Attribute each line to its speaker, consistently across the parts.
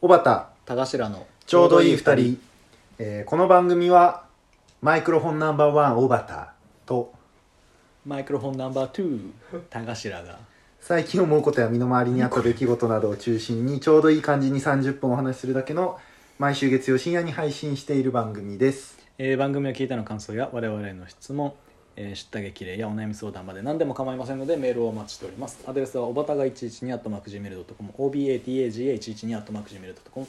Speaker 1: 小畑
Speaker 2: 田頭の
Speaker 1: ちょうどいい二人、えーこの番組はマイクロフォンナンバーワン小畑と
Speaker 2: マイクロフォンナンバー2田頭が
Speaker 1: 最近思うことや身の回りにあった出来事などを中心にちょうどいい感じに30分お話しするだけの毎週月曜深夜に配信している番組です
Speaker 2: えー番組を聞いたの感想や我々への質問、えー、知った激励やお悩み相談まで何でも構いませんのでメールをお待ちしておりますアドレスはおばたが112 at macgmail.com obatagaga112 at macgmail.com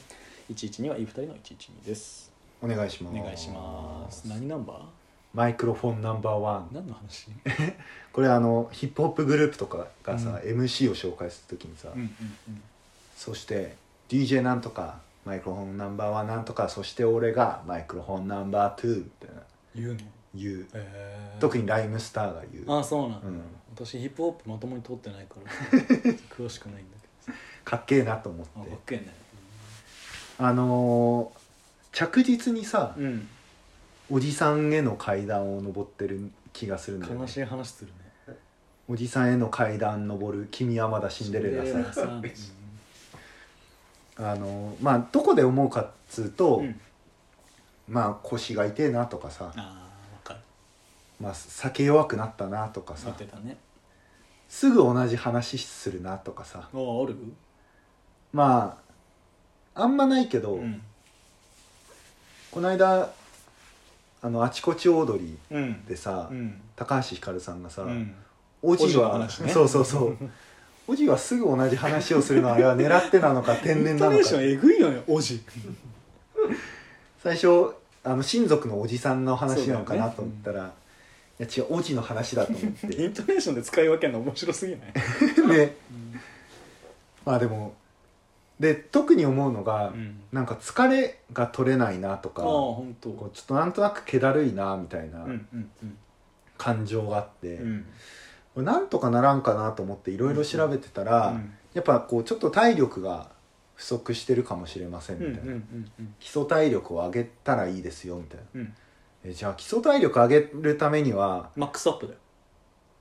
Speaker 2: 112はいい二人の112です
Speaker 1: お願いしま
Speaker 2: お
Speaker 1: す
Speaker 2: 願いします何ナンバ
Speaker 1: マイクロフォンナンバーワ
Speaker 2: ー
Speaker 1: ン
Speaker 2: 何の話
Speaker 1: これあのヒップホップグループとかがさ、
Speaker 2: う
Speaker 1: MC を紹介するときにさ、
Speaker 2: うんうん
Speaker 1: そして DJ なんとかマイクロフォンナンバーワンなんとかそして俺がマイクロフォンナンバーツーみたいな
Speaker 2: うん言うの
Speaker 1: 言う、
Speaker 2: えー、
Speaker 1: 特にライムスターが言う
Speaker 2: ああそうなんだ、
Speaker 1: うん
Speaker 2: 私ヒップホップまともに通ってないから 詳しくないんだけどさ
Speaker 1: かっけえなと思っ
Speaker 2: あか
Speaker 1: て
Speaker 2: っけえね
Speaker 1: あのー着実にさ、
Speaker 2: うん
Speaker 1: おじさんへの階段を登ってる気がするんだよ、ね
Speaker 2: 悲、しい話するね
Speaker 1: おじさんへの階段登る君はまだシンデレラさ
Speaker 2: さん
Speaker 1: あのーまあどこで思うかっつうと、
Speaker 2: うん
Speaker 1: まあ腰が痛えなとかさ、
Speaker 2: ああ分かる
Speaker 1: まあ酒弱くなったなとか
Speaker 2: 言
Speaker 1: さ
Speaker 2: ってたね
Speaker 1: すぐ同じ話するなとかさ
Speaker 2: ああおる
Speaker 1: まああんまないけど、
Speaker 2: うん
Speaker 1: この間あのあちこちオードリ
Speaker 2: うん
Speaker 1: ーでさ、
Speaker 2: うん
Speaker 1: 高橋ひかるさんがさ、
Speaker 2: うん
Speaker 1: おじ
Speaker 2: おじの
Speaker 1: は
Speaker 2: 話ね
Speaker 1: そうそう そうおじはすぐ同じ話をするのはあれは狙ってなのか天
Speaker 2: イ
Speaker 1: 然
Speaker 2: ン
Speaker 1: な
Speaker 2: ト
Speaker 1: の
Speaker 2: ネ
Speaker 1: か
Speaker 2: ーションえぐいよねおじ
Speaker 1: 最初あの親族のおじさんの話なのかなと思ったら、いや違うおじの話だと思っ
Speaker 2: イ
Speaker 1: て
Speaker 2: ントネーションで使い分けるの面白すぎない
Speaker 1: でまあでもで特に思うのが、
Speaker 2: うん
Speaker 1: なんか疲れが取れないなと
Speaker 2: あ
Speaker 1: か
Speaker 2: あ本当
Speaker 1: こうちょっとなんとなく気だるいなみたいな
Speaker 2: うんうんうん
Speaker 1: 感情があって、
Speaker 2: うん
Speaker 1: これなんとかならんかなと思っていろいろ調べてたら、やっぱこうちょっと体力が不足してるかもしれませんみ
Speaker 2: うんう
Speaker 1: たい
Speaker 2: ん
Speaker 1: な、
Speaker 2: うんうん
Speaker 1: 基礎体力を上げたらいいですよみたいな
Speaker 2: うん
Speaker 1: えじゃあ基礎体力上げるためには
Speaker 2: マックスアップだよ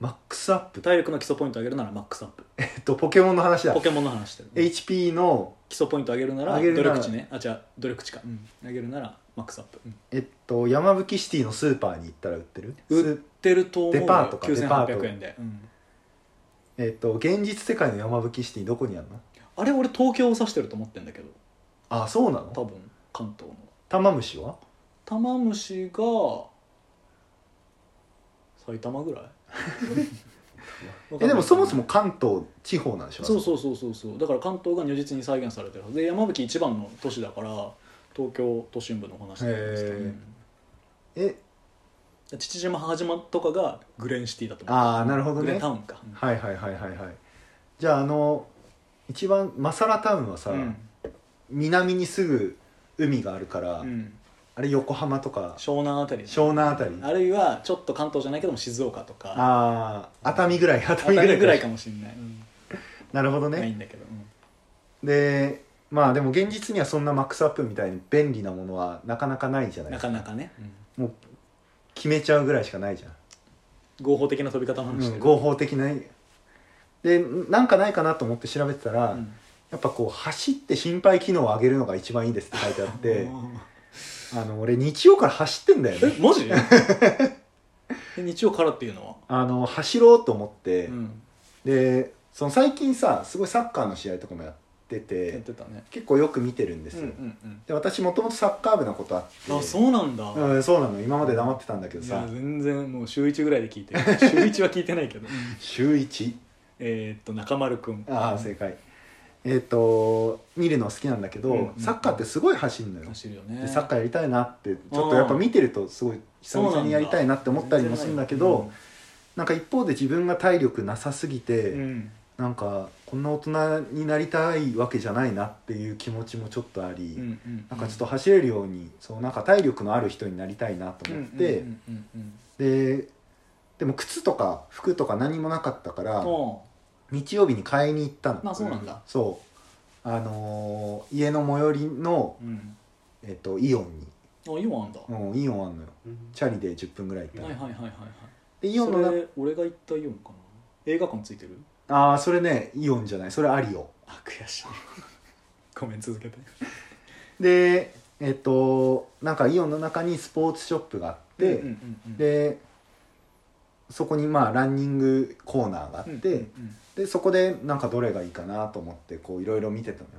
Speaker 1: マックスアップ
Speaker 2: 体力の基礎ポイント上げるならマックスアップ
Speaker 1: えっとポケモンの話だ
Speaker 2: ポケモンの話してる
Speaker 1: HP の
Speaker 2: 基礎ポイント上げるなら
Speaker 1: 上げる
Speaker 2: 努
Speaker 1: なら
Speaker 2: 力値ねあじゃあ努力値か、うん、上げるならマックスアップ、うん
Speaker 1: えっと山吹シティのスーパーに行ったら売ってる
Speaker 2: 売っ
Speaker 1: す
Speaker 2: てると思うよ
Speaker 1: デパートかデパー
Speaker 2: 9800
Speaker 1: ト
Speaker 2: 円で、うん
Speaker 1: えっと現実世界の山吹シティどこにあるの
Speaker 2: あれ俺東京を指してると思ってんだけど
Speaker 1: あそうなの
Speaker 2: 多分関東の
Speaker 1: 玉虫は
Speaker 2: 玉虫が埼玉ぐらいわかんない
Speaker 1: えでもそもそも関東地方なんでしょ
Speaker 2: そうそううそうそうそうだから関東が如実に再現されてるはずで山吹一番の都市だから東京都心部の話なんですけど、
Speaker 1: へー
Speaker 2: うん
Speaker 1: え
Speaker 2: 父島母島とかがグレンシティだと思う
Speaker 1: ああなるほど
Speaker 2: グレ
Speaker 1: ね
Speaker 2: ンタウンか、うん
Speaker 1: はいはいはいはいはいじゃああの一番マサラタウンはさ、
Speaker 2: うん
Speaker 1: 南にすぐ海があるから、
Speaker 2: うん
Speaker 1: あれ横浜とか
Speaker 2: 湘南あたりね
Speaker 1: 湘南あたり
Speaker 2: あるいはちょっと関東じゃないけども静岡とか
Speaker 1: ああ熱海ぐらい熱
Speaker 2: 熱海
Speaker 1: 海ぐらい
Speaker 2: ぐらいかもしれない、
Speaker 1: なるほど
Speaker 2: ない
Speaker 1: ね
Speaker 2: んだけど、うん
Speaker 1: でまあでも現実にはそんなマックスアップみたいに便利なものはなかなかないじゃない
Speaker 2: なかなかね、
Speaker 1: もう決めちゃうぐらいしかないじゃん、
Speaker 2: 合法的な飛び方
Speaker 1: う
Speaker 2: の話して
Speaker 1: ん、
Speaker 2: る
Speaker 1: 合法的なでなんかないかなと思って調べてたら、
Speaker 2: うん
Speaker 1: やっぱこう走って心肺機能を上げるのが一番いいですって書いてあって
Speaker 2: うん
Speaker 1: あの俺日曜から走ってんだよね
Speaker 2: え マジえ日曜からっていうのは、
Speaker 1: あの走ろうと思って、
Speaker 2: うん、
Speaker 1: でその最近さすごいサッカーの試合とかもやってて
Speaker 2: やってたね
Speaker 1: 結構よく見てるんです
Speaker 2: うん
Speaker 1: よ、
Speaker 2: うん
Speaker 1: で私もともとサッカー部なことあって
Speaker 2: うんあそうなんだ、
Speaker 1: うん、そうなの今まで黙ってたんだけど
Speaker 2: い
Speaker 1: さ
Speaker 2: や全然もう週1ぐらいで聞 いてる週1は聞いてないけど
Speaker 1: 週1
Speaker 2: えーっと中丸君
Speaker 1: ああ正解えっ、と見るの好きなんだけど、
Speaker 2: うんうん
Speaker 1: サッカーってすごい走るのよ、
Speaker 2: 走るよね
Speaker 1: でサッカーやりたいなってちょっとやっぱ見てるとすごい久々にやりたいなって思ったりもするんだけどなんか一方で自分が体力なさすぎて、
Speaker 2: うんうん
Speaker 1: なんかこんな大人になりたいわけじゃないなっていう気持ちもちょっとあり、
Speaker 2: うんうん
Speaker 1: なんかちょっと走れるようにそうなんか体力のある人になりたいなと思って、
Speaker 2: うんうんうんうん
Speaker 1: ででも靴とか服とか何もなかったから
Speaker 2: うん
Speaker 1: 日曜日に買いに行ったの、
Speaker 2: まあそうなんだ
Speaker 1: そうあのー家の最寄りの、
Speaker 2: うん
Speaker 1: えっと、イオンに、
Speaker 2: あイオンあんだ、
Speaker 1: うん、イオンあんのよチャリで10分ぐらい行ったの、
Speaker 2: はいはいはいはいはい
Speaker 1: でイオンのな
Speaker 2: それ俺が行ったイオンかな映画館ついてる
Speaker 1: ああそれねイオンじゃないそれアリオ
Speaker 2: あ悔しいごめん続けて
Speaker 1: でえっとなんかイオンの中にスポーツショップがあって、
Speaker 2: うんうんうん、
Speaker 1: でそこにまあランニングコーナーがあっ
Speaker 2: う
Speaker 1: て、
Speaker 2: んうん
Speaker 1: でそこでなんかどれがいいかなと思ってこういろいろ見てたのよ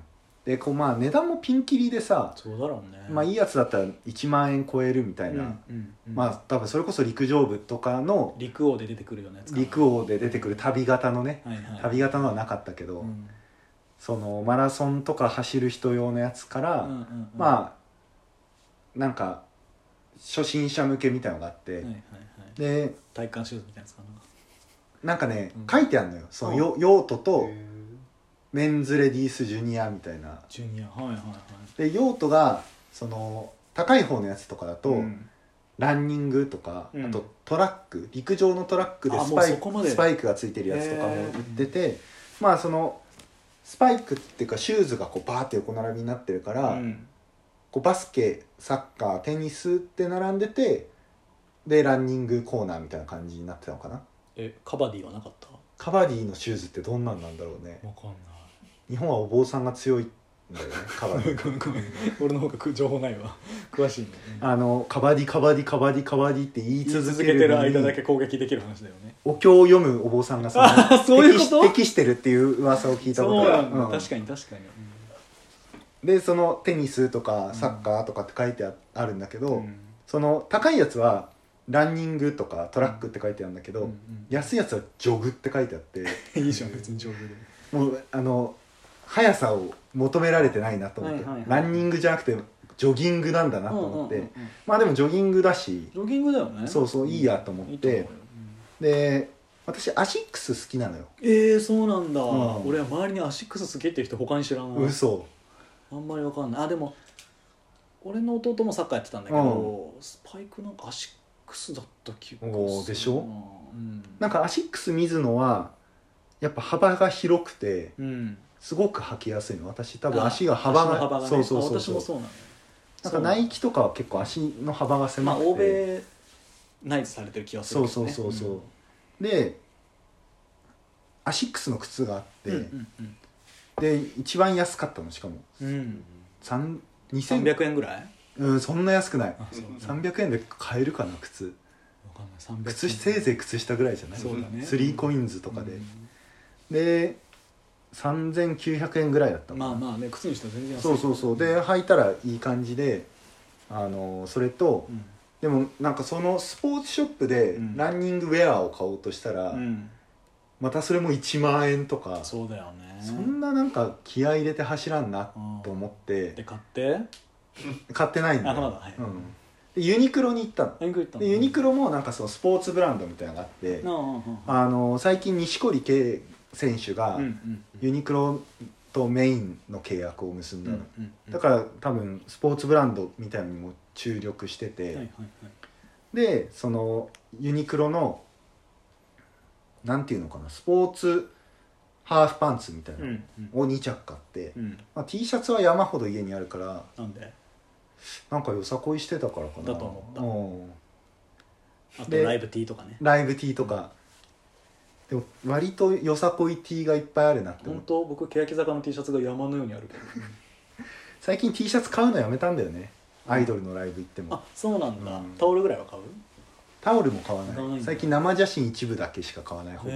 Speaker 1: でこうまあ値段もピンキリでさ、
Speaker 2: そうだろうね
Speaker 1: まあいいやつだったら1万円超えるみたいな、
Speaker 2: うんうんうん
Speaker 1: まあ多分それこそ陸上部とかの
Speaker 2: 陸王で出てくるようなやつかな
Speaker 1: 陸王で出てくる旅型のね
Speaker 2: はいはい
Speaker 1: 旅型のはなかったけど、
Speaker 2: うん
Speaker 1: そのマラソンとか走る人用のやつから、
Speaker 2: うんうんうん
Speaker 1: まあなんか初心者向けみたいのがあって、
Speaker 2: はいはいはい
Speaker 1: で
Speaker 2: 体幹シューズみたいなやつか
Speaker 1: なんかね、
Speaker 2: うん
Speaker 1: 書いてあるのよそのよ用途とメンズレディースジュニアみたいな
Speaker 2: なジュニアはいはいはい
Speaker 1: で用途がその高い方のやつとかだと、
Speaker 2: うん
Speaker 1: ランニングとか、
Speaker 2: うん
Speaker 1: あとトラック陸上のトラックで
Speaker 2: あ
Speaker 1: スパ
Speaker 2: もう
Speaker 1: イ
Speaker 2: そこまで
Speaker 1: クスパイクがついてるやつとかも売ってて、まあそのスパイクっていうかシューズがこうバーって横並びになってるから、
Speaker 2: うん
Speaker 1: こうバスケサッカーテニスって並んでてでランニングコーナーみたいな感じになってたのかな
Speaker 2: えカバディはなかった
Speaker 1: カバディのシューズってどんなんなんだろうね
Speaker 2: わかんない
Speaker 1: 日本はお坊さんが強いんだよねカバディ
Speaker 2: ごめんごめん俺の方が情報ないわ詳しいんだよね
Speaker 1: あのカバディカバディカバディカバディって言い
Speaker 2: 言い
Speaker 1: 続
Speaker 2: 続
Speaker 1: け
Speaker 2: けて
Speaker 1: る
Speaker 2: る
Speaker 1: のに
Speaker 2: 間だけ攻撃できる話だよね
Speaker 1: お経を読むお坊さんがその
Speaker 2: あーそういうこと
Speaker 1: 適し適してるっていう噂を聞いたこと
Speaker 2: そう
Speaker 1: が
Speaker 2: なんだ、
Speaker 1: うん
Speaker 2: 確かに確かに、
Speaker 1: でそのテニスと
Speaker 2: ん
Speaker 1: かサッカーとかって書いてああるんだけど、
Speaker 2: うん
Speaker 1: その高いやつはランニングとかトラックって書いてあるんだけど、
Speaker 2: うんうん
Speaker 1: 安いやつはジョグって書いてあ って
Speaker 2: いいじゃん別に丈夫で
Speaker 1: もうあの速さを求められてないなと思って、
Speaker 2: はいはいはい
Speaker 1: ランニングじゃなくてジョギングなんだなと思って、
Speaker 2: うんうんうんうん
Speaker 1: まあでもジョギングだし
Speaker 2: ジョギングだよね
Speaker 1: そうそういいやと思って
Speaker 2: いいと思うよ
Speaker 1: で私アシックス好きなのよ
Speaker 2: えー、そうなんだ、
Speaker 1: うん
Speaker 2: 俺は周りにアシックス好きっていう人他に知らない
Speaker 1: 嘘
Speaker 2: あんまりわかんないあでも俺の弟もサッカーやってたんだけど、スパイクなんかアシックスだった気がするな
Speaker 1: おーでしょ
Speaker 2: うん
Speaker 1: なんかアシックス水野はやっぱ幅が広くて
Speaker 2: うん
Speaker 1: すごく履きやすいの私多
Speaker 2: 多
Speaker 1: 分足が幅が
Speaker 2: 幅が、ね、
Speaker 1: そうそうそう
Speaker 2: あ私もそうなのよ
Speaker 1: なんかナイキとかは結構足の幅が
Speaker 2: ま
Speaker 1: 狭
Speaker 2: あ
Speaker 1: くて、
Speaker 2: 欧米ナイツされてる気がする
Speaker 1: そう
Speaker 2: けど
Speaker 1: そう
Speaker 2: ね
Speaker 1: そうそう、でアシックスの靴があって、
Speaker 2: うんうんうん
Speaker 1: で一番安かったのしかも
Speaker 2: うん、うん、
Speaker 1: 3 2000
Speaker 2: 300円ぐらい
Speaker 1: うんそんな安くない
Speaker 2: あそう
Speaker 1: 300円で買えるかな靴
Speaker 2: わかんない300
Speaker 1: 靴せいぜい靴下ぐらいじゃない
Speaker 2: そうだね
Speaker 1: スリーコインズとかで、
Speaker 2: う
Speaker 1: で3900円ぐらいだった
Speaker 2: ん
Speaker 1: のか
Speaker 2: ま
Speaker 1: な
Speaker 2: あまあね靴にしたら全然安い
Speaker 1: そうそうそうで履いたらいい感じであのそれと
Speaker 2: うん
Speaker 1: でもなんかそのスポーツショップで
Speaker 2: うん
Speaker 1: ランニングウェアを買おうとしたら、
Speaker 2: うん
Speaker 1: またそれも1万円とかそ
Speaker 2: そうだよね
Speaker 1: んななんか気合い入れて走らんな
Speaker 2: うん
Speaker 1: と思って
Speaker 2: で買って
Speaker 1: 買ってないんだ
Speaker 2: あ
Speaker 1: よ
Speaker 2: まだはい
Speaker 1: うん、でユニクロに行ったの
Speaker 2: ユニクロ行ったの
Speaker 1: でユニクロもなんかそのスポーツブランドみたいなのがあって
Speaker 2: なあうんうん
Speaker 1: あの最近錦織圭選手が
Speaker 2: うんうん
Speaker 1: ユニクロとメインの契約を結ん
Speaker 2: う
Speaker 1: だの、
Speaker 2: んうん
Speaker 1: だから多分スポーツブランドみたいにも注力してて、
Speaker 2: はいはいはい
Speaker 1: でそのユニクロのなんていうのかなスポーツハーフパンツみたいな
Speaker 2: う
Speaker 1: の
Speaker 2: んうん
Speaker 1: を2着買って、
Speaker 2: うん
Speaker 1: まあ、T シャツは山ほど家にあるから
Speaker 2: なんで
Speaker 1: なんかよさこいしてたからかな
Speaker 2: だと思った
Speaker 1: うん
Speaker 2: あと
Speaker 1: で
Speaker 2: ライブ T とかね
Speaker 1: ライブ T とか、でも割とよさこい T がいっぱいあるなって思っ
Speaker 2: 本
Speaker 1: て
Speaker 2: 当僕欅坂の T シャツが山のようにあるけど
Speaker 1: 最近 T シャツ買うのやめたんだよねアイドルのライブ行っても
Speaker 2: あそうなんだ
Speaker 1: うん
Speaker 2: タオルぐらいは買う
Speaker 1: タオルも買わ
Speaker 2: 買わな
Speaker 1: ない
Speaker 2: ん
Speaker 1: い
Speaker 2: だ
Speaker 1: 最近生写真一部だけしか買わないほぼい
Speaker 2: へ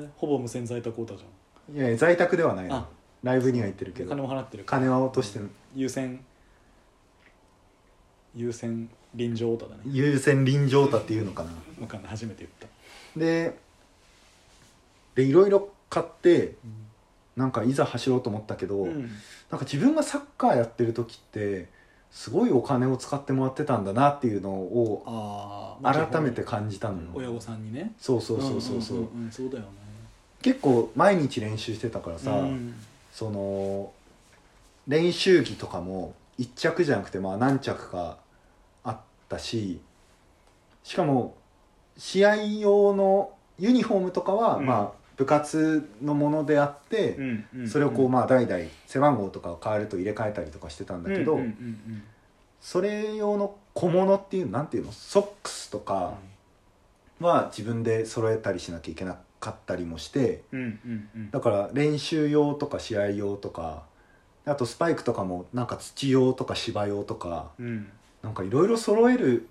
Speaker 2: えほぼ無線在宅コータじ
Speaker 1: やいや在宅ではない
Speaker 2: あ
Speaker 1: のライブには行ってる
Speaker 2: ゃ
Speaker 1: け
Speaker 2: ん金
Speaker 1: ど
Speaker 2: も払ってる
Speaker 1: 金は落としてる
Speaker 2: 優先優先臨場オータだね
Speaker 1: 優先臨場太っていうのかな
Speaker 2: わかんない初めて言った
Speaker 1: ででいろいろ買ってなんかいざ走ろうと思ったけど、
Speaker 2: うん
Speaker 1: なんか自分がサッカーやってる時ってすごいお金を使ってもらってたんだなっていうのを
Speaker 2: ああ
Speaker 1: 改めて感じたの
Speaker 2: 親
Speaker 1: よ
Speaker 2: 御さんにね
Speaker 1: そうそうそうそうそう,、
Speaker 2: んんんそうだよね
Speaker 1: 結構毎日練習してたからさ、
Speaker 2: うん
Speaker 1: その練習着とかも1着じゃなくてまあ何着かあったししかも試合用のユニフォームとかは
Speaker 2: うん
Speaker 1: まあ部活のものであって、
Speaker 2: うんうん
Speaker 1: それをこうまあ代々背番号とかを変えると入れ替えたりとかしてたんだけど、
Speaker 2: うんうんうん
Speaker 1: それ用の小物っていうなんていうのソックスとかは自分で揃えたりしなきゃいけなかったりもして
Speaker 2: うんうんうんうん
Speaker 1: だから練習用とか試合用とかあとスパイクとかもなんか土用とか芝用とか
Speaker 2: うん
Speaker 1: なんかいろいろ揃える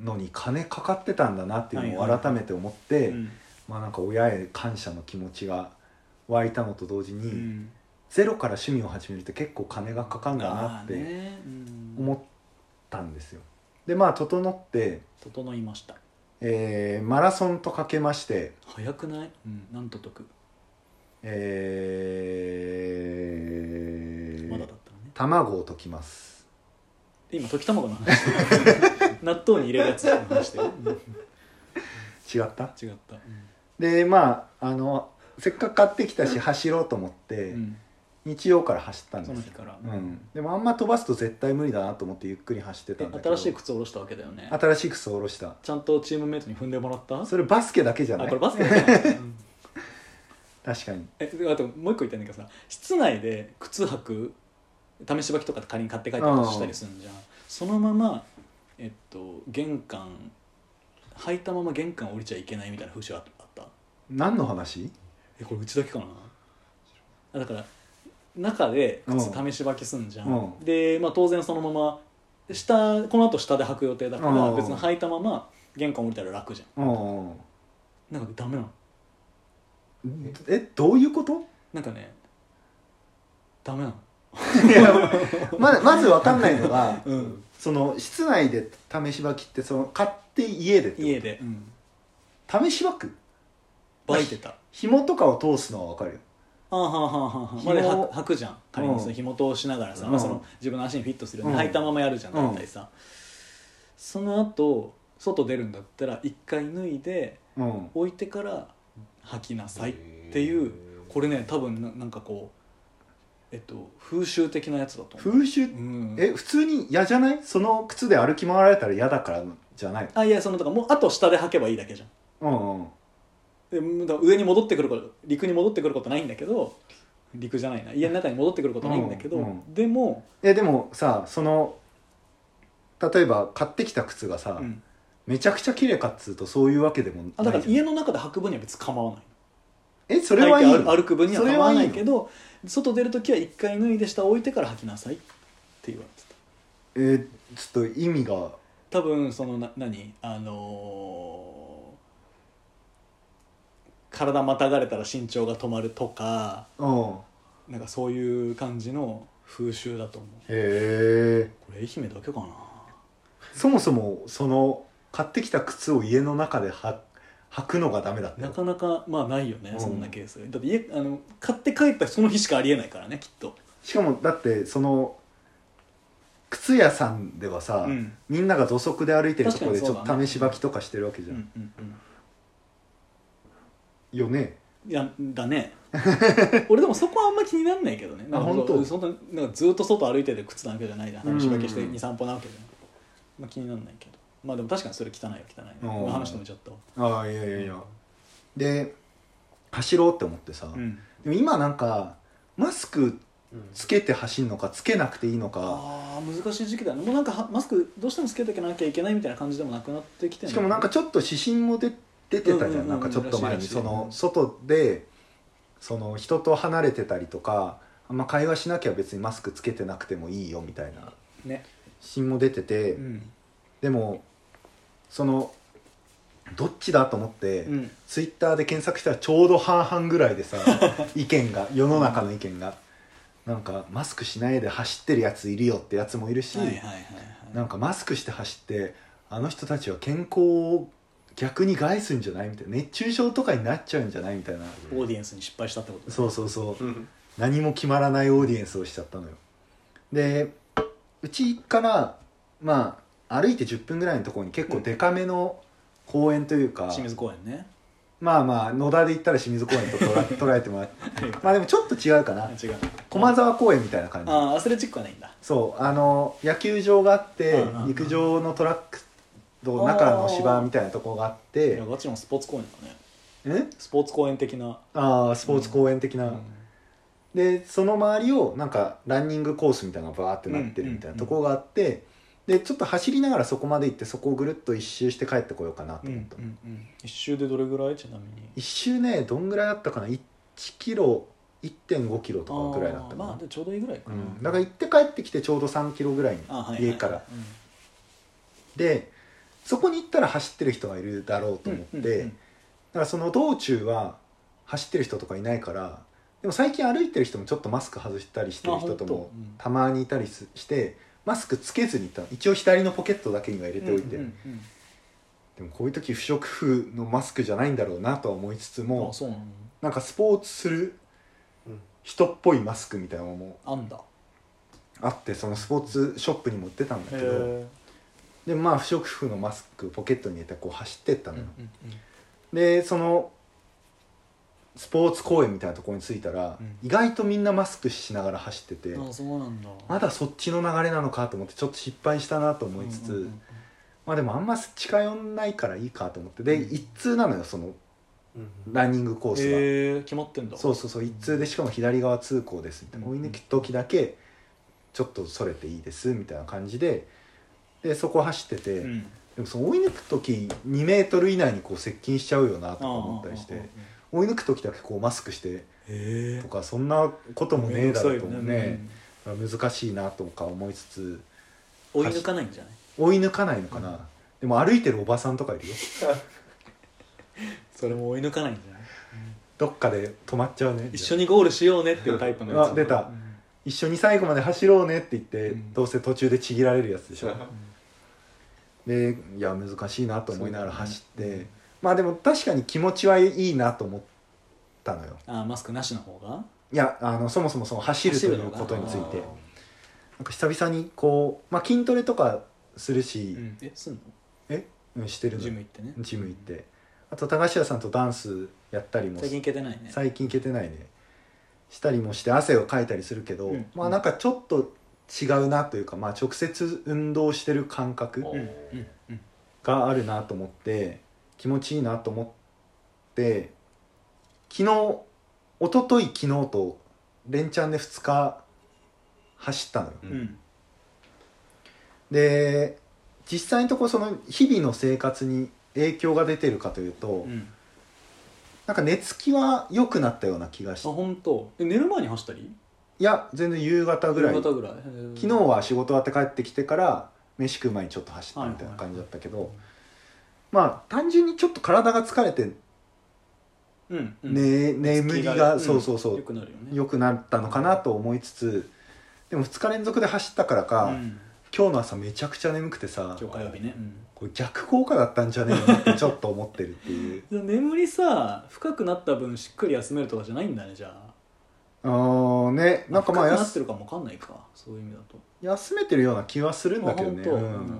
Speaker 1: のに金かかってたんだなっていうの
Speaker 2: はいは
Speaker 1: を
Speaker 2: い
Speaker 1: 改めて思って、
Speaker 2: うん
Speaker 1: まあなんか親へ感謝の気持ちが湧いたのと同時に、
Speaker 2: うん
Speaker 1: ゼロから趣味を始めるって結構金がかかんだなっ
Speaker 2: あー
Speaker 1: て
Speaker 2: ねうん
Speaker 1: 思ったんですよ。でまあ整って、
Speaker 2: 整いました
Speaker 1: えーマラソンとかけまして、
Speaker 2: 早くない、うん、なんと得
Speaker 1: えー
Speaker 2: まだだったらね
Speaker 1: 卵を溶きます。
Speaker 2: で今溶き卵の 話納豆に入れるやつの話で、うん
Speaker 1: 違った
Speaker 2: 違った、
Speaker 1: でまああのせっかく買ってきたし走ろうと思って、
Speaker 2: うんうん
Speaker 1: 日曜から走ったん
Speaker 2: そ
Speaker 1: で
Speaker 2: の
Speaker 1: す
Speaker 2: 日
Speaker 1: よ、
Speaker 2: から、
Speaker 1: うん、でもあんま飛ばすと絶対無理だなと思ってゆっくり走ってた
Speaker 2: で
Speaker 1: んだけど
Speaker 2: 新しい靴を下ろしたわけだよね
Speaker 1: 新しい靴を下ろした
Speaker 2: ちゃんとチームメイトに踏んでもらった
Speaker 1: それバスケだけじゃな
Speaker 2: あ
Speaker 1: い
Speaker 2: これバスケだねうん
Speaker 1: 確かに
Speaker 2: えであともう一個言ったいんだけどさ室内で靴履く試し履きとか仮に買って帰ったりしたりするんじゃんそのままえっと玄関履いたまま玄関降りちゃいけないみたいな風習あった
Speaker 1: 何の話
Speaker 2: えこれうちだけかなあだから中で靴試し履きすんじゃん、
Speaker 1: うん
Speaker 2: で、まあ、当然そのまま下この後下で履く予定だか
Speaker 1: う
Speaker 2: ら
Speaker 1: ん
Speaker 2: 別に履いたまま玄関降りたら楽じゃ
Speaker 1: うん
Speaker 2: んなんかダメなの
Speaker 1: えどういうこと
Speaker 2: なんかねダメなの
Speaker 1: いやままず分かんないのが、
Speaker 2: うん
Speaker 1: その室内で試し履きってその買って家でってこと
Speaker 2: 家で、う
Speaker 1: 試
Speaker 2: ん、
Speaker 1: し履く
Speaker 2: バイてた
Speaker 1: 紐とかを通すのは分かるよ
Speaker 2: あーはーはーはーはーま
Speaker 1: 紐
Speaker 2: あで履く履くじゃん仮にその紐通しながらさ、
Speaker 1: うん
Speaker 2: まあ、その自分の足にフィットするように
Speaker 1: うん
Speaker 2: 履いたままやるじゃん
Speaker 1: うん
Speaker 2: 大体さ、その後外出るんだったら一回脱いで
Speaker 1: うん
Speaker 2: 置いてから履きなさいっていうこれね多分ななんかこうえっと風習的なやつだと思う、
Speaker 1: 風習
Speaker 2: うん、
Speaker 1: え普通に嫌じゃないその靴で歩き回られたら嫌だからじゃない
Speaker 2: あいやそのだからもうあと下で履けばいいだけじゃん
Speaker 1: うんうん
Speaker 2: でだから上に戻ってくること陸に戻ってくることないんだけど陸じゃないな家の中に戻ってくることないんだけど、
Speaker 1: うんうん
Speaker 2: でも、
Speaker 1: えでもさその例えば買ってきた靴がさ、
Speaker 2: うん
Speaker 1: めちゃくちゃ綺麗かっつうとそういうわけでもない
Speaker 2: あだから
Speaker 1: じゃん
Speaker 2: 家の中で履く分には別に構わない
Speaker 1: えそれはいい
Speaker 2: 履いて
Speaker 1: の
Speaker 2: 歩歩く分には構わない
Speaker 1: それはい
Speaker 2: け
Speaker 1: いの
Speaker 2: ど外出る時は一回脱いで下置いてから履きなさいって言われてた
Speaker 1: えちょっと意味が
Speaker 2: 多分そのな何あのー体またがれたら身長が止まるとか
Speaker 1: うん
Speaker 2: なんかそういう感じの風習だと思う
Speaker 1: へえ
Speaker 2: これ愛媛だけかな
Speaker 1: そもそもその買ってきた靴を家の中では履くのがダメだって
Speaker 2: なかなかまあないよね、
Speaker 1: うん
Speaker 2: そんなケースだって家あの買って帰ったその日しかありえないからねきっと
Speaker 1: しかもだってその靴屋さんではさ、
Speaker 2: うん
Speaker 1: みんなが土足で歩いてるところでち
Speaker 2: 確か
Speaker 1: ょっ
Speaker 2: にそうだ
Speaker 1: と
Speaker 2: ね
Speaker 1: 試し履きとかしてるわけじ
Speaker 2: う
Speaker 1: ゃん、
Speaker 2: んうんうん
Speaker 1: よね
Speaker 2: いやだね 俺でもそこはあんま気になんないけどねなんか
Speaker 1: あ本当
Speaker 2: そんななんかずっと外歩いてて靴なわけじゃないじゃん
Speaker 1: うん
Speaker 2: 話だけして23歩なわけじゃん、まあ、気になんないけどまあでも確かにそれ汚いよ汚いよ
Speaker 1: うん
Speaker 2: 話止めちゃったわ
Speaker 1: ああいやいやいやで走ろうって思ってさ、
Speaker 2: うん
Speaker 1: でも今なんかマスクつけて走るのかつけなくていいのか
Speaker 2: あー難しい時期だねもうなんかはマスクどうしてもつけとけなきゃいけないみたいな感じでもなくなってきて
Speaker 1: しかもなんかちょっと指針も出出てたじゃん,、
Speaker 2: うんうんうん
Speaker 1: なんかちょっと前
Speaker 2: ら
Speaker 1: に
Speaker 2: しいらし
Speaker 1: そ
Speaker 2: い
Speaker 1: の外でその人と離れてたりとかあんま会話しなきゃ別にマスクつけてなくてもいいよみたいな
Speaker 2: ね
Speaker 1: 指針も出てて、
Speaker 2: うん
Speaker 1: でもそのどっちだと思って、
Speaker 2: うん
Speaker 1: ツイッターで検索したらちょうど半々ぐらいで さ意見が世の中の意見がなんかマスクしないで走ってるやついるよってやつもいるし、
Speaker 2: はいはいはい
Speaker 1: な
Speaker 2: はい
Speaker 1: んかマスクして走ってあの人たちは健康を逆に害すんじゃないみたいな熱中症とかになっちゃうんじゃないみたいな
Speaker 2: オーディエンスに失敗したってこと
Speaker 1: そうそうそう何も決まらないオーディエンスをしちゃったのよでうちからまあ歩いて10分ぐらいのところに結構デカめの公園というか、
Speaker 2: 清水公 園ね
Speaker 1: まあまあ野田で言ったら清水公園と捉え捉えてもらってまあ でもちょっと違うかな
Speaker 2: 違う
Speaker 1: 駒沢公園みたいな感じ
Speaker 2: ああアスレチックはないんだ
Speaker 1: そうあの野球場があって
Speaker 2: うんうんうん
Speaker 1: 陸上のトラックの中の芝みたいなところがあっ
Speaker 2: い
Speaker 1: て
Speaker 2: やガチのスポーツ公園だね
Speaker 1: え
Speaker 2: スポーツ公園的な
Speaker 1: ああスポーツ公園的な、でその周りをなんかランニングコースみたいなのがバーってなってるみたいなところがあって、でちょっと走りながらそこまで行ってそこをぐるっと一周して帰ってこようかなと
Speaker 2: うんう
Speaker 1: 思っ
Speaker 2: ん
Speaker 1: た、
Speaker 2: うんうん一周でどれぐらいちなみに
Speaker 1: 一周ねどんぐらいあったかな1キロ1.5キロとかぐらいだったかな、
Speaker 2: あーまあでちょうどいいぐらいか
Speaker 1: う
Speaker 2: な、
Speaker 1: ん、だから行って帰ってきてちょうど3キロぐらいに
Speaker 2: あはい
Speaker 1: 家から、でそこに行ったら走ってる人がいるだろうと思って、
Speaker 2: うん
Speaker 1: だからその道中は走ってる人とかいないからでも最近歩いてる人もちょっとマスク外したりしてる人と
Speaker 2: あ本
Speaker 1: も
Speaker 2: 当うん
Speaker 1: たまにいたりすしてマスクつけずに行ったの一応左のポケットだけには入れておいて、
Speaker 2: うんうんうん
Speaker 1: でもこういう時不織布のマスクじゃないんだろうなとは思いつつ
Speaker 2: あ
Speaker 1: も
Speaker 2: そうなの
Speaker 1: なんかスポーツする
Speaker 3: うん
Speaker 1: 人っぽいマスクみたいなのも
Speaker 2: あんだ
Speaker 1: あってそのスポーツショップにも売ってたんだけどでまあ不織布のマスクをポケットに入れてこう走ってった
Speaker 2: うん
Speaker 1: の
Speaker 2: う
Speaker 1: よ、
Speaker 2: んうん
Speaker 1: でそのスポーツ公園みたいなところに着いたら、
Speaker 2: うん
Speaker 1: 意外とみんなマスクしながら走ってて、
Speaker 2: あそうなんだ
Speaker 1: まだそっちの流れなのかと思ってちょっと失敗したなと思いつつ、
Speaker 2: うんうんうん
Speaker 1: まあでもあんま近寄んないからいいかと思ってで、
Speaker 2: うん
Speaker 1: 一通なのよその
Speaker 3: うん
Speaker 1: ランニングコースが、
Speaker 2: へえ決まってんだ
Speaker 1: そうそうそう一通でしかも左側通行ですみたいな、
Speaker 2: うん
Speaker 1: 追い抜き時だけちょっとそれていいですみたいな感じででそこ走ってて、
Speaker 2: うん
Speaker 1: でもその追い抜く時2メートル以内にこう接近しちゃうよなとか思ったりして。追い抜く時だけこうマスクして
Speaker 2: へえ
Speaker 1: とかそんなこともねえだろうと思うね
Speaker 2: ん
Speaker 1: 難しいなとか思いつつ
Speaker 2: 追い抜かないんじゃない
Speaker 1: 追い抜かないのかな、でも歩いてるおばさんとかいるよ
Speaker 2: それも追い抜かないんじゃない
Speaker 1: どっかで止まっちゃうね
Speaker 2: 一緒にゴールしようねっていうタイプのやつ
Speaker 1: あ出た
Speaker 2: うん
Speaker 1: 一緒に最後まで走ろうねって言って、
Speaker 2: うん
Speaker 1: どうせ途中でちぎられるやつでしょ
Speaker 2: うん
Speaker 1: でいや難しいなと思いながら走って、
Speaker 2: そうだね
Speaker 1: まあでも確かに気持ちはいいなと思ったのよ
Speaker 2: あマスクなしの方が
Speaker 1: いやあのそもそもその走るということについてなんか久々にこう、まあ、筋トレとかするし、
Speaker 2: うんえすん
Speaker 1: うんしてる
Speaker 2: の
Speaker 1: の
Speaker 2: ジム行ってね
Speaker 1: ジム行ってあと高橋さんとダンスやったりも
Speaker 2: 最近行けてないね
Speaker 1: 最近いけてないねしたりもして汗をかいたりするけど、
Speaker 2: うん
Speaker 1: まあなんかちょっと違うなというか、まあ、直接運動してる感覚
Speaker 3: お
Speaker 2: うんうんうん
Speaker 1: があるなと思って気持ちいいなと思って昨日一昨日昨日と連チャンで2日走ったのよ、
Speaker 3: う
Speaker 2: うん
Speaker 1: で実際のところその日々の生活に影響が出てるかというと、
Speaker 2: うん
Speaker 1: なんか寝つきは良くなったような気がし
Speaker 2: あ
Speaker 1: て
Speaker 2: 本当。え寝る前に走ったり
Speaker 1: いや全然夕方ぐらい
Speaker 2: 夕方
Speaker 1: 昨
Speaker 2: ぐらい昨
Speaker 1: 日は仕事終わって帰ってきてから飯食う前にちょっと走ったみたいな
Speaker 2: はいはい
Speaker 1: 感じだったけど、まあ単純にちょっと体が疲れて、ね
Speaker 2: うんうん
Speaker 1: 眠りが、
Speaker 2: うん
Speaker 1: そうそうそ
Speaker 2: 良
Speaker 1: う
Speaker 2: くなるよね
Speaker 1: 良くなったのかなと思いつつでも2日連続で走ったからか、
Speaker 2: うん
Speaker 1: 今日の朝めちゃくちゃ眠くてさ
Speaker 2: 今日火曜日ねうん
Speaker 1: これ逆効果だったんじゃねえのってちょっと思ってるっていう
Speaker 2: でも眠りさ深くなった分しっくり休めるとかじゃないんだねじゃあ
Speaker 1: あーねなんかまあ
Speaker 2: 深くなって
Speaker 1: 休
Speaker 2: るかもわかんないかそういう意味だと
Speaker 1: 休めてるような気はするんだけどね
Speaker 2: あ本当
Speaker 1: うん
Speaker 2: うん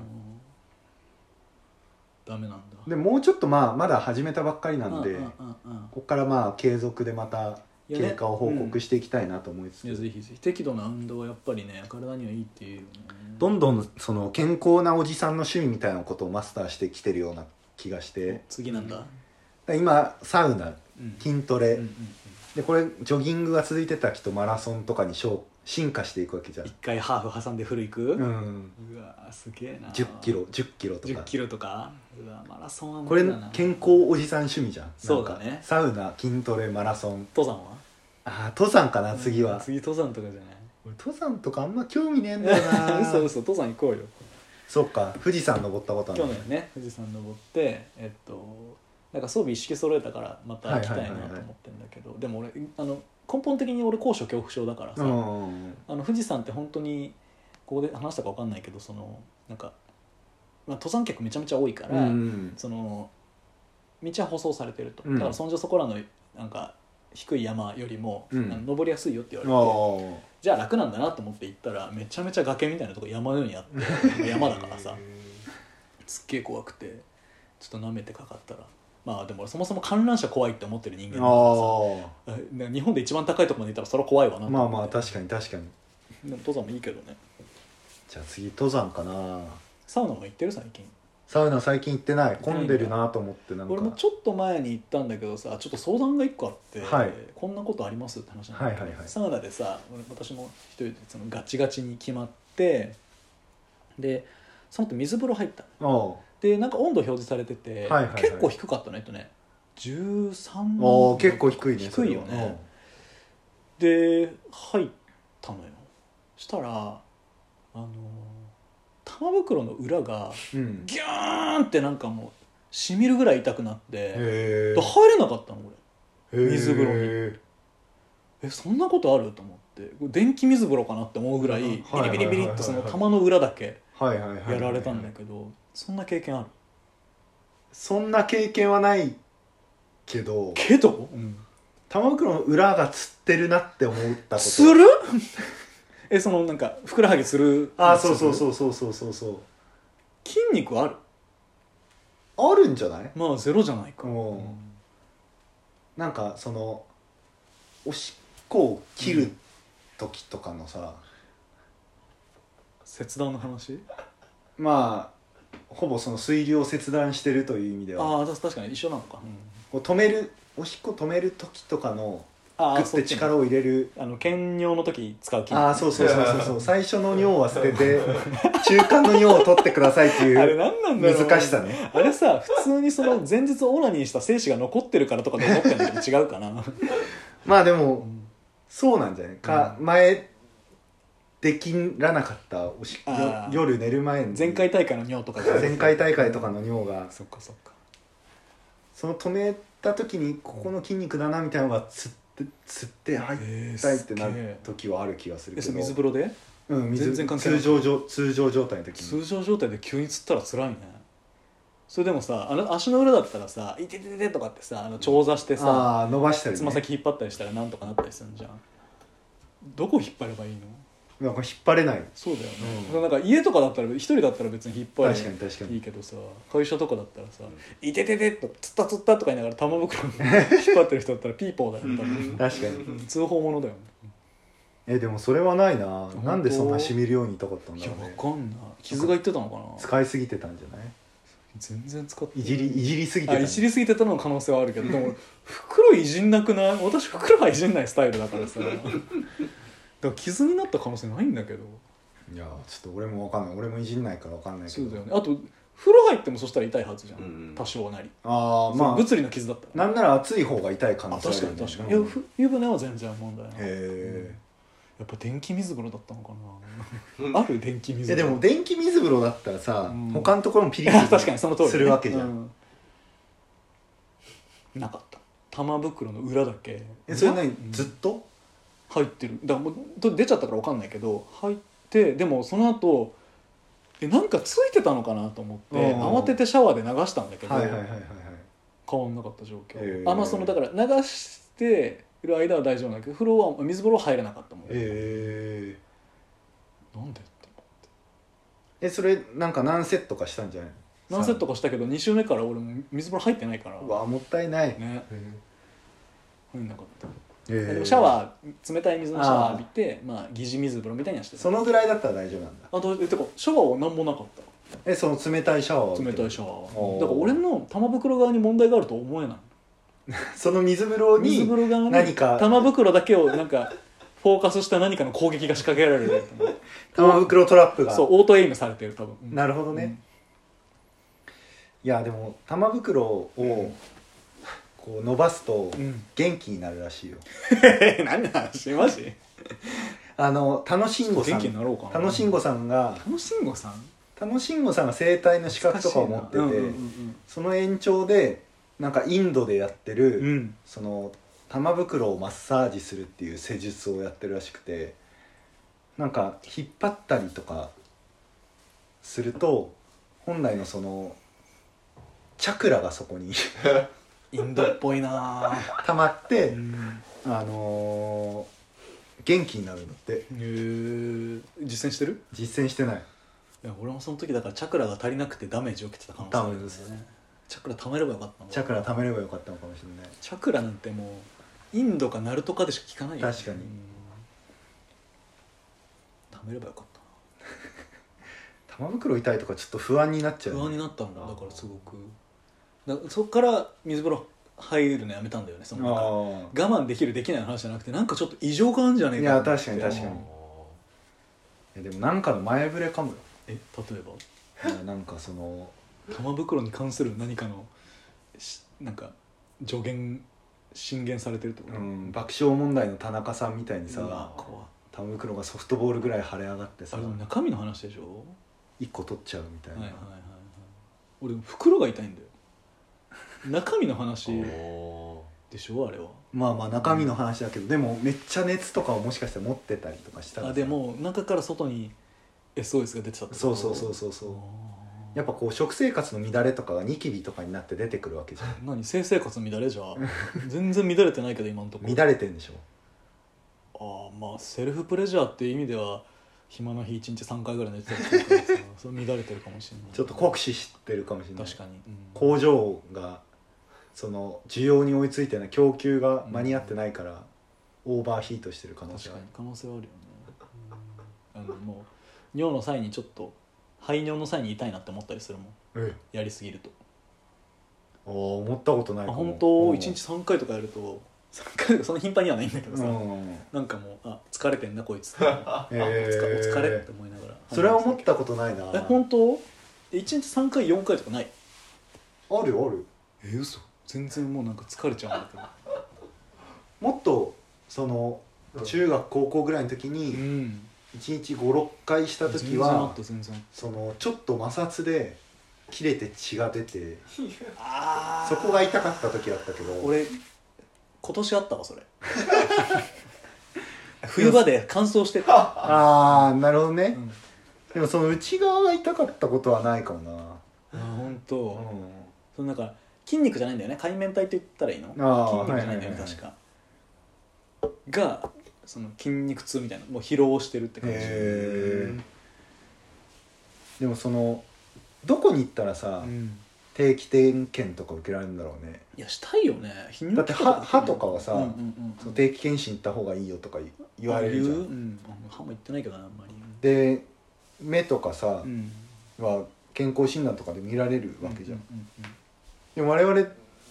Speaker 2: ダメなんだ
Speaker 1: でもうちょっとまあまだ始めたばっかりなんで、
Speaker 2: うんうん
Speaker 1: こ
Speaker 2: うんうん
Speaker 1: こからまあ継続でまた
Speaker 2: いやね
Speaker 1: 経過を報告していきたいなと思いつつ、
Speaker 2: いやぜひぜひ適度な運動はやっぱりね体にはいいっていうよね
Speaker 1: どんどんその健康なおじさんの趣味みたいなことをマスターしてきてるような気がして
Speaker 2: 次なんだ
Speaker 1: だから今サウナ
Speaker 2: うん
Speaker 1: 筋トレ、
Speaker 2: うんうんうん
Speaker 1: でこれジョギングが続いてた人マラソンとかに昇進化していくわけじゃん
Speaker 2: 一、回ハーフ挟んでフルい
Speaker 1: う、
Speaker 2: く、うんわーすげえな
Speaker 1: 1 0キロ1 0キロと
Speaker 2: 10
Speaker 1: か
Speaker 2: キロとかうわマラソンは無
Speaker 1: これ
Speaker 2: 理だな
Speaker 1: 健康おじさん趣味じゃん
Speaker 2: そうだね
Speaker 1: なんかサウナ筋トレマラソン
Speaker 2: 登山
Speaker 1: ああ登山かな
Speaker 2: は
Speaker 1: 次は、
Speaker 2: 次登山とかじゃない
Speaker 1: 俺登山とかあんま興味ねえんだよ な
Speaker 2: 嘘嘘登山行こうよ
Speaker 1: そうか富士山登ったことある
Speaker 2: 去年ね富士山登ってえっとなんか装備一式揃えたからまた行きたいなと思ってんだけど、でも俺あの根本的に俺高所恐怖症だからさ、
Speaker 1: うん
Speaker 2: あの富士山って本当にここで話したか分かんないけどそのなんか、まあ、登山客めちゃめちゃ多いから、
Speaker 1: うん
Speaker 2: その道は舗装されてると、
Speaker 1: うん
Speaker 2: だからそんじょそこらのなんか低い山よりも、
Speaker 1: うん
Speaker 2: あの登りやすいよって言われて
Speaker 1: あ
Speaker 2: じゃあ楽なんだなと思って行ったらめちゃめちゃ崖みたいなとこ山のようにあっ て山だからさすっげえ怖くてちょっと舐めてかかったらまあでも俺そもそも観覧車怖いって思ってる人間だか
Speaker 1: あ
Speaker 2: らさえ日本で一番高いところまで行ったらそれは怖いわな
Speaker 1: あ
Speaker 2: と
Speaker 1: まあ
Speaker 2: 思
Speaker 1: まあ
Speaker 2: って
Speaker 1: 確かに確かに
Speaker 2: でも登山もいいけどね
Speaker 1: じゃあ次登山かな
Speaker 2: サウナも行ってる最近
Speaker 1: サウナ最近行ってない混んでるなと思ってなんか
Speaker 2: 俺もちょっと前に行ったんだけどさちょっと相談が一個あって、
Speaker 1: はい
Speaker 2: こんなことありますって話なんだけど、
Speaker 1: はいはいはい
Speaker 2: サウナでさ俺私も一人でそのガチガチに決まってでその後水風呂入ったの
Speaker 1: お
Speaker 2: でなんか温度表示されてて、
Speaker 1: はいはいはい
Speaker 2: 結構低かったねえっとね13
Speaker 1: お結構低いね
Speaker 2: 低いよねで入ったのよしたらあの玉袋の裏が
Speaker 1: うん
Speaker 2: ギューンってなんかもうしみるぐらい痛くなって
Speaker 1: へ
Speaker 2: で入れなかったのこ
Speaker 1: え
Speaker 2: 水風呂
Speaker 1: に
Speaker 2: れえそんなことあると思ってこれ電気水風呂かなって思うぐらい
Speaker 1: うん
Speaker 2: ビ
Speaker 1: はいはい
Speaker 2: リ
Speaker 1: はいは
Speaker 2: ビ
Speaker 1: い
Speaker 2: リビリっとその玉の裏だけ
Speaker 1: はいはいはいはい
Speaker 2: やられたんだけどそんな経験ある
Speaker 1: そんな経験はないけど
Speaker 2: けど、うん
Speaker 1: 玉袋の裏がつってるなって思ったこと
Speaker 2: する えそのなんかふくらはぎする
Speaker 1: ああそうそう
Speaker 2: う
Speaker 1: そうそうそうそうそう
Speaker 2: 筋肉ある
Speaker 1: あるんじゃない
Speaker 2: まあゼロじゃないか
Speaker 1: おうなんかそのおしっこを切る時とかのさ、
Speaker 2: 切断の話
Speaker 1: まあほぼその水流を切断してるという意味では
Speaker 2: ああ確かに一緒なのか、
Speaker 1: こう止めるおしっこ止める時とかの
Speaker 2: あ
Speaker 1: グ
Speaker 2: あ
Speaker 1: ッて力を入れる
Speaker 2: あの兼尿の時使う筋
Speaker 1: ああそうそうそうそうそう最初の尿は捨てて中間の尿を取ってくださいってい
Speaker 2: あれ
Speaker 1: う
Speaker 2: 何なんだろう
Speaker 1: 難しさね
Speaker 2: あれさ普通にその前日オナニーした精子が残ってるからとかと思ってんだけど違うかな
Speaker 1: まあで
Speaker 2: う
Speaker 1: も
Speaker 2: ん
Speaker 1: そうなんじゃないか、
Speaker 2: う
Speaker 1: 前できらなかったおしっこよ
Speaker 2: あー
Speaker 1: 夜寝る前に
Speaker 2: 前回大会の尿とかじゃない
Speaker 1: 前回大会とかの尿が
Speaker 2: そっかそっか
Speaker 1: その止めた時にここの筋肉だなみたいなのがつってつって入っ
Speaker 2: え
Speaker 1: たいってな
Speaker 2: すげ
Speaker 1: る
Speaker 2: え
Speaker 1: 時はある気がするけ
Speaker 2: えそ
Speaker 1: ど
Speaker 2: れ水風呂で
Speaker 1: うん水
Speaker 2: 全然関係ない
Speaker 1: 通常状通常状態の時に
Speaker 2: 通常状態で急に釣ったら辛いねそれでもさあの足の裏だったらさ「いてててて」とかってさあの長座してさ
Speaker 1: ああ伸ばしたりね
Speaker 2: つま先引っ張ったりしたらなんとかなったりするじゃんどこ引っ張ればいいの
Speaker 1: なんか引っ張れない
Speaker 2: そうだよね、
Speaker 1: うん
Speaker 2: なんか家とかだったら一人だったら別に引っ張
Speaker 1: 確かに
Speaker 2: れ
Speaker 1: 確か
Speaker 2: いい
Speaker 1: に
Speaker 2: けどさ会社とかだったらさ「いててて」と「つったつった」とか言いながら玉 袋に引っ張ってる人だったらピーポーだよ多分
Speaker 1: 確かに
Speaker 2: 通報者だよね
Speaker 1: えでもそれはないな
Speaker 2: 当
Speaker 1: なんでそんなしみるように痛かったん
Speaker 2: い
Speaker 1: だ
Speaker 2: や
Speaker 1: ろう
Speaker 2: わ
Speaker 1: ね
Speaker 2: かんない傷がいってたのかな
Speaker 1: 使いすぎてたんじゃない
Speaker 2: 全然使って
Speaker 1: い
Speaker 2: ない
Speaker 1: じりいじりすぎて
Speaker 2: あ
Speaker 1: たん
Speaker 2: い
Speaker 1: じ
Speaker 2: じ
Speaker 1: ゃない
Speaker 2: りすぎてたの可能性はあるけどでも袋いじんなくない私袋はいじんないスタイル だからさだから傷になった可能性ないんだけど
Speaker 1: いやちょっと俺もわかんない俺もいじんないからわかんないけ
Speaker 2: そうだよ
Speaker 1: ど
Speaker 2: ねあと風呂入ってもそしたら痛いはずじゃん、
Speaker 3: うん
Speaker 2: 多少なり
Speaker 1: ああ
Speaker 2: まあ
Speaker 1: まあ
Speaker 2: 物理の傷だったら
Speaker 1: なんなら熱い方が痛い可
Speaker 2: あ
Speaker 1: 能性あ
Speaker 2: 確
Speaker 1: る
Speaker 2: か
Speaker 1: よ
Speaker 2: に
Speaker 1: ね
Speaker 2: 確かに、
Speaker 1: うん
Speaker 2: いやふ湯船は全然問題ないや
Speaker 1: へ
Speaker 2: っぱ電気水風呂だったのかな ある電気
Speaker 1: え
Speaker 2: 水
Speaker 1: で
Speaker 2: 風呂
Speaker 1: も電気水風呂だったらさ、
Speaker 2: うん
Speaker 1: 他のところもピ
Speaker 2: い
Speaker 1: リ
Speaker 2: や
Speaker 1: ピ
Speaker 2: 確か
Speaker 1: リ
Speaker 2: にその通り、
Speaker 1: するわけじゃん、
Speaker 2: うんなかった玉袋の裏だけ
Speaker 1: えそれ何、
Speaker 2: うん
Speaker 1: ずっと
Speaker 2: 入ってるだからもうと出ちゃったから分かんないけど入ってでもその後えなんかついてたのかなと思って
Speaker 1: うん
Speaker 2: 慌ててシャワーで流したんだけど、
Speaker 1: はいはいはいはいはい
Speaker 2: 変わんなかった状況、
Speaker 1: へー
Speaker 2: あまあそのだから流してる間は大丈夫なんだけど風呂は水風呂は入れなかったもん、
Speaker 1: え
Speaker 2: なんでって
Speaker 1: えそれなんか何セットかしたんじゃない
Speaker 2: 何セットかしたけど2周目から俺も水風呂入ってないから
Speaker 1: うわもったいない、
Speaker 2: ね
Speaker 1: うん
Speaker 2: 入んなかった、
Speaker 1: え
Speaker 2: でもシャワー冷たい水のシャワー
Speaker 1: あー
Speaker 2: 浴びてまあ疑似水風呂みたいにはしてた
Speaker 1: そのぐらいだったら大丈夫なんだ
Speaker 2: あとえてかシャワーは何もなかった
Speaker 1: えその冷たいシャワーを浴び
Speaker 2: 冷
Speaker 1: て
Speaker 2: たいシャワー
Speaker 1: お
Speaker 2: は
Speaker 1: ー
Speaker 2: だから俺の玉袋側に問題があると思えない
Speaker 1: その水風呂
Speaker 2: 水風
Speaker 1: に
Speaker 2: 呂側に
Speaker 1: 何か
Speaker 2: 玉袋だけをなんかフォーカスした何かの攻撃が仕掛けられる
Speaker 1: 玉袋トラップが
Speaker 2: そうオートエイムされてる多分うん
Speaker 1: なるほどね、
Speaker 2: うん
Speaker 1: いやでも玉袋をこう伸ばすと
Speaker 2: うん
Speaker 1: 元気になるらしいよ、
Speaker 2: え 何の話マジ
Speaker 1: あの楽しんごさ
Speaker 2: 元気に
Speaker 1: ん
Speaker 2: なろうかな
Speaker 1: 楽しんごさんが
Speaker 2: 楽しんごさん
Speaker 1: 楽しんごさんが生体の資格とかを持ってて、
Speaker 2: 懐かしいなうんうん
Speaker 1: その延長でなんかインドでやってる、
Speaker 2: うんうん
Speaker 1: その玉袋をマッサージするっていう施術をやってるらしくてなんか引っ張ったりとかすると本来のそのチャクラがそこに
Speaker 2: インドっぽいなぁ
Speaker 1: 溜まって、
Speaker 2: うん
Speaker 1: あのー元気になるんだって
Speaker 2: へー実践してる
Speaker 1: 実践してない
Speaker 2: いや俺もその時だからチャクラが足りなくてダメージを受けてた可能性あるんですよねチャクラ貯めればよかったな
Speaker 1: チャクラ貯めればよかったのかもしれない
Speaker 2: チャクラなんてもうインドかナルトかでしか聞かないよ
Speaker 1: 確かに
Speaker 2: うん貯めればよかった
Speaker 1: 玉袋痛いとかちょっと不安になっちゃう
Speaker 2: な
Speaker 1: ね、
Speaker 2: 不安になったんだ
Speaker 3: あー
Speaker 2: だからすごくだそっから水風呂入るのやめたんだよねその我
Speaker 1: あ
Speaker 2: 慢できるできないの話じゃなくてなんかちょっと異常があるんじゃねえかと思って
Speaker 1: いや確かに確かにあでもなんかの前触れかもよ
Speaker 2: え例えば
Speaker 1: いやなんかその
Speaker 2: 玉袋に関する何かのしなんか助言進言されてるってこ
Speaker 1: う
Speaker 2: と、
Speaker 1: ん、爆笑問題の田中さんみたいにさ、
Speaker 2: うわ怖っ
Speaker 1: タムクロがソフトボールぐらい腫れ上がって
Speaker 2: あ
Speaker 1: さ
Speaker 2: れでも中身の話でしょ
Speaker 1: 1個取っちゃうみたい
Speaker 2: はい
Speaker 1: な、
Speaker 2: はいはいはい俺袋が痛いんだよ中身の話
Speaker 3: お
Speaker 2: でしょあれは
Speaker 1: まあまあ中身の話だけど、でもめっちゃ熱とかをもしかしたら持ってたりとかしたらさ
Speaker 2: あでも中から外に SOS が出てたって
Speaker 1: そうそうそううそうそうや
Speaker 2: や
Speaker 1: っ
Speaker 2: っ
Speaker 1: ぱこう食生活の乱れとかがニキビとかになって出てくるわけじ ゃん
Speaker 2: ぱ何性生活乱れじゃあ全然乱れてないけど今のところ
Speaker 1: 乱れてんでしょ
Speaker 2: ああまあセルフプレジャーっていう意味では暇な日1日3回ぐらい寝てたりするからさそれ乱れてるかもしれない
Speaker 1: ちょっと酷使してるかもしれない
Speaker 2: 確かに、うん
Speaker 1: 工場がその需要に追いついてない供給が間に合ってないから、オーバーヒートしてる可能性が
Speaker 2: 確かに可能性はあるよねあのもう尿の際にちょっと排尿の際に痛いなって思ったりするもん
Speaker 1: あるえ
Speaker 2: やりすぎると
Speaker 1: あー思ったことない
Speaker 2: あ
Speaker 1: かも
Speaker 2: 本当
Speaker 1: うん
Speaker 2: 一1日3回とかやると3回とかその頻繁にはないんだけど
Speaker 1: う
Speaker 2: さ、
Speaker 1: ん、
Speaker 2: なんかもうあ疲れてんな こいつってあ
Speaker 1: え
Speaker 2: お疲お疲れっ
Speaker 1: ー
Speaker 2: て、思いながら
Speaker 1: それは思ったことないな
Speaker 2: え本当え1日3回4回とかない
Speaker 1: あるある
Speaker 2: え嘘全然もうなんか疲れちゃうんだ
Speaker 1: もっとその
Speaker 3: うん
Speaker 1: 中学高校ぐらいの時
Speaker 2: けどう
Speaker 1: に
Speaker 2: ん
Speaker 1: 1日56回した時
Speaker 2: 全然あ
Speaker 1: は
Speaker 2: った全然
Speaker 1: そのちょっと摩擦で切れて血が出て
Speaker 2: あ
Speaker 1: そこが痛かった時だったけど
Speaker 2: 俺今年あったわそ れ冬場で乾燥してた、
Speaker 1: ああなるほど
Speaker 2: う
Speaker 1: ね
Speaker 2: ん、
Speaker 1: でもその内側が痛かったことはないかもな
Speaker 2: あ本当、
Speaker 1: う
Speaker 2: ほんとそのなんか筋肉じゃないんだよね海綿体って言ったらいいの筋
Speaker 1: あー
Speaker 2: 肉じゃないんだよ
Speaker 1: はいはい
Speaker 2: ね、
Speaker 1: はい
Speaker 2: 確かがその筋肉痛みたいなもう疲労してるって感じ、
Speaker 1: へえでもそのどこに行ったらさ、
Speaker 2: うん
Speaker 1: 定期点検とか受けられるんだろうね
Speaker 2: いやしたいよね泌尿器
Speaker 1: だって歯歯とかはさ
Speaker 2: うんうんうん
Speaker 1: その定期検診行った方がいいよとか言言われるじゃ
Speaker 2: 言うんうん、歯も言ってないけどなあんまり
Speaker 1: で目とかさ
Speaker 2: う、ん
Speaker 1: は健康診断とかで見られるわけじゃん、
Speaker 2: ううんうん
Speaker 1: でも我々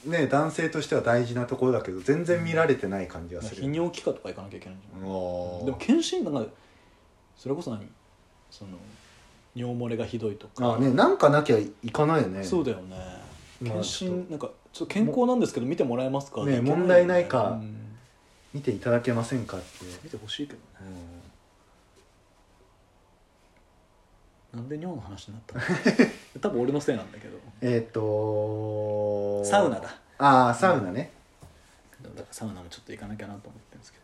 Speaker 1: ね男性としては大事なところだけど全然見られてない感じがする、
Speaker 2: 泌尿器科とか行かなきゃいけないじゃん
Speaker 1: うわー
Speaker 2: でも検診なんかそれこそ何その尿漏れがひどいとか
Speaker 1: ああねなんかなきゃいかないよね
Speaker 2: そうだよね
Speaker 1: まあ
Speaker 2: 検
Speaker 1: ちょ
Speaker 2: 診なんかちょっと健康なんですけど見てもらえますか
Speaker 1: ね
Speaker 2: ってけよ
Speaker 1: 問題ないか
Speaker 2: うん
Speaker 1: 見ていただけませんかって、
Speaker 2: 見てほしいけどねなんで尿の話になったの多分俺のせいなんだけど
Speaker 1: えっ、ー、と
Speaker 2: サウナだ
Speaker 1: ああサウナね、
Speaker 2: だからサウナもちょっと行かなきゃなと思ってるんですけ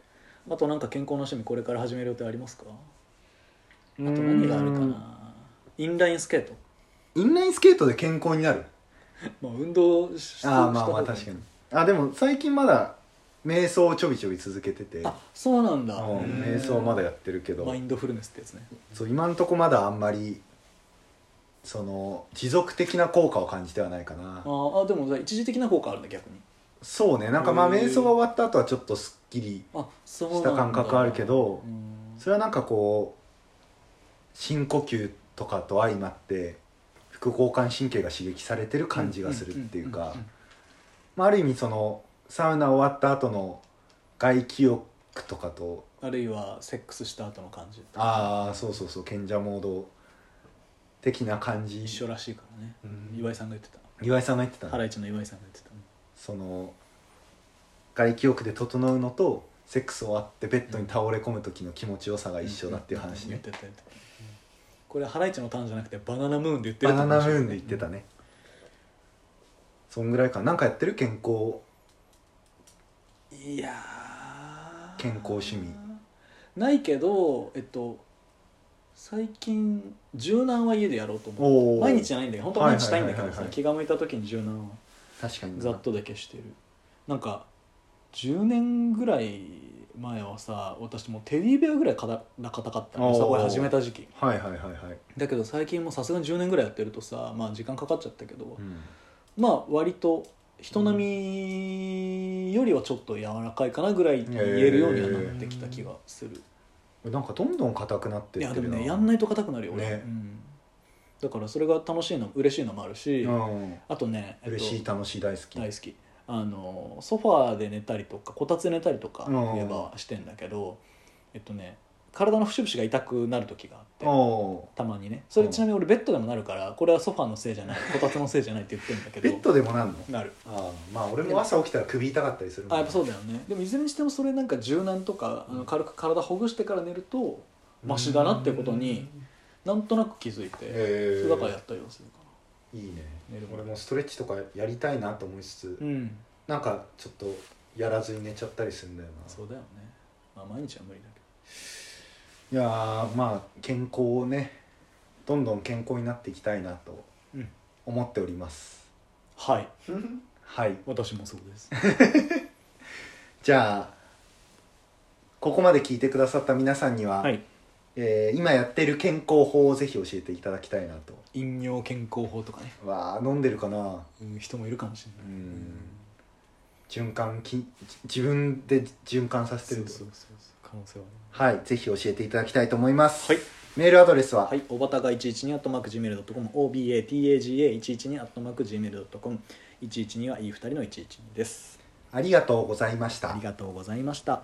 Speaker 2: どあとなんか健康の趣味これから始める予定ありますかあと何があるかなインラインスケート
Speaker 1: インラインスケートで健康になる
Speaker 2: まあ運動し
Speaker 1: ああ
Speaker 2: した
Speaker 1: まあ
Speaker 2: 方
Speaker 1: ま
Speaker 2: が
Speaker 1: あ確かにあでも最近まだ瞑想をちょびちょび続けてて
Speaker 2: あそうなん
Speaker 1: う
Speaker 2: だ
Speaker 1: ん瞑想まだやってるけど
Speaker 2: マインドフルネスってやつね
Speaker 1: そう今んとこまだあんまりその持続的な効果を感じてはないかな
Speaker 2: あーあでもさ一時的な効果あるんだ逆に
Speaker 1: そうねなんかまあ
Speaker 3: へー
Speaker 1: 瞑想が終わった後はちょっとすっきり
Speaker 2: あそうなん
Speaker 1: し
Speaker 2: だ
Speaker 1: た感覚あるけど
Speaker 2: うん
Speaker 1: それはなんかこう深呼吸とかと相まって副交感神経が刺激されてる感じがするっていうか
Speaker 2: んんん
Speaker 1: まあある意味そのサウナ終わった後の外気浴とかと
Speaker 2: うんあるいはセックスした後の感じ
Speaker 1: ああそうそうそう賢者モード的な感じ
Speaker 2: 一緒らしいからね
Speaker 3: うん
Speaker 2: 岩井さんが言って
Speaker 1: 岩井さんが言ってた
Speaker 2: た
Speaker 1: ね
Speaker 2: ハライチの岩井さんが言ってた
Speaker 1: その外気浴で整うのとセックス終わってベッドに倒れ込む時の気持ちよさが一緒だっていう話
Speaker 2: 言
Speaker 1: ね
Speaker 2: ってた言ってたこれハライチのターンじゃなくてバナナムーンで言って
Speaker 1: バ
Speaker 2: ると
Speaker 1: ナ
Speaker 2: 思う
Speaker 1: ナムーンで言ってたねそんぐらいかななんかやってる健康
Speaker 2: いやー
Speaker 1: 健康趣味
Speaker 2: ないけどえっと最近柔軟は家でやろうと思う
Speaker 1: おー
Speaker 2: 毎日じゃないんだけど本当は毎日したいんだけど
Speaker 1: はいはいはい
Speaker 2: さ
Speaker 1: はい
Speaker 2: 気が向いた時に柔軟を
Speaker 1: 確かに
Speaker 2: ざっとだけしてるなんか10年ぐらい前はさ私もうテディベアぐらい硬かったのよ
Speaker 1: お
Speaker 2: さ
Speaker 1: ー
Speaker 2: これ始めた時期
Speaker 1: はいはいはいはい、
Speaker 2: だけど最近もうさすがに10年ぐらいやってるとさまあ時間かかっちゃったけど、
Speaker 1: うん
Speaker 2: まあ割と人並みよりはちょっと柔らかいかなぐらいに言えるようにはなってきた気がする、
Speaker 1: なんかどんどん硬くなって
Speaker 2: い
Speaker 1: っ
Speaker 2: や
Speaker 1: て
Speaker 2: で
Speaker 1: る
Speaker 2: も
Speaker 1: な
Speaker 2: ねやんないと硬くなるよ俺、
Speaker 1: ね
Speaker 2: うんだからそれが楽しいの嬉しいのもあるし、
Speaker 1: うん
Speaker 2: あとね、えっと
Speaker 1: 嬉しい楽しい大好き
Speaker 2: 大好きあのソファーで寝たりとかこたつで寝たりとか
Speaker 1: うん
Speaker 2: 言えばしてんだけど、えっとね体の節々が痛くなる時があって
Speaker 1: お
Speaker 2: たまにねそれ
Speaker 1: うん
Speaker 2: ちなみに俺ベッドでもなるからこれはソファのせいじゃないこたつのせいじゃないって言ってるんだけ
Speaker 1: ベ
Speaker 2: ど
Speaker 1: ッドでもなんの
Speaker 2: なる
Speaker 1: ああまあ俺も朝起きたら首痛かったりするもん
Speaker 2: あやっぱそうだよねでもいずれにしてもそれなんか柔軟とかあの軽く体ほぐしてから寝るとマシだなってことになんとなく気づいてそ
Speaker 1: え
Speaker 2: れだからやったりはするか
Speaker 1: いいね
Speaker 2: 寝る前
Speaker 1: 俺もストレッチとかやりたいなと思いつつ、
Speaker 2: なうん
Speaker 1: なんかちょっとやらずに寝ちゃったりするんだよな
Speaker 2: そうだよねまあ毎日は無理だけ
Speaker 1: いやーまあ健康をねどんどん健康になっていきたいなと
Speaker 2: どうん
Speaker 1: 思っております
Speaker 2: はい
Speaker 1: はい
Speaker 2: 私もそうです
Speaker 1: じゃあここまで聞いてくださった皆さんには、
Speaker 2: はい
Speaker 1: えー今やってる健康法をぜひ教えていただきたいなと
Speaker 2: 飲尿健康法とかね
Speaker 1: わあ飲んでるかな
Speaker 2: うん人もいるかもしれ
Speaker 1: う
Speaker 2: ない
Speaker 1: ん循環き自分で循環させ
Speaker 2: そう
Speaker 1: て
Speaker 2: そ
Speaker 1: る
Speaker 2: う
Speaker 1: と
Speaker 2: そうそう可能性はね
Speaker 1: はいぜひ教えていただきたいと思います、
Speaker 2: はい
Speaker 1: メールアドレスは、
Speaker 2: はい、おばたが112 at mark gmail.com obataga112 at mark gmail.com 112はいい二人の112です
Speaker 1: ありがとうございました
Speaker 2: ありがとうございました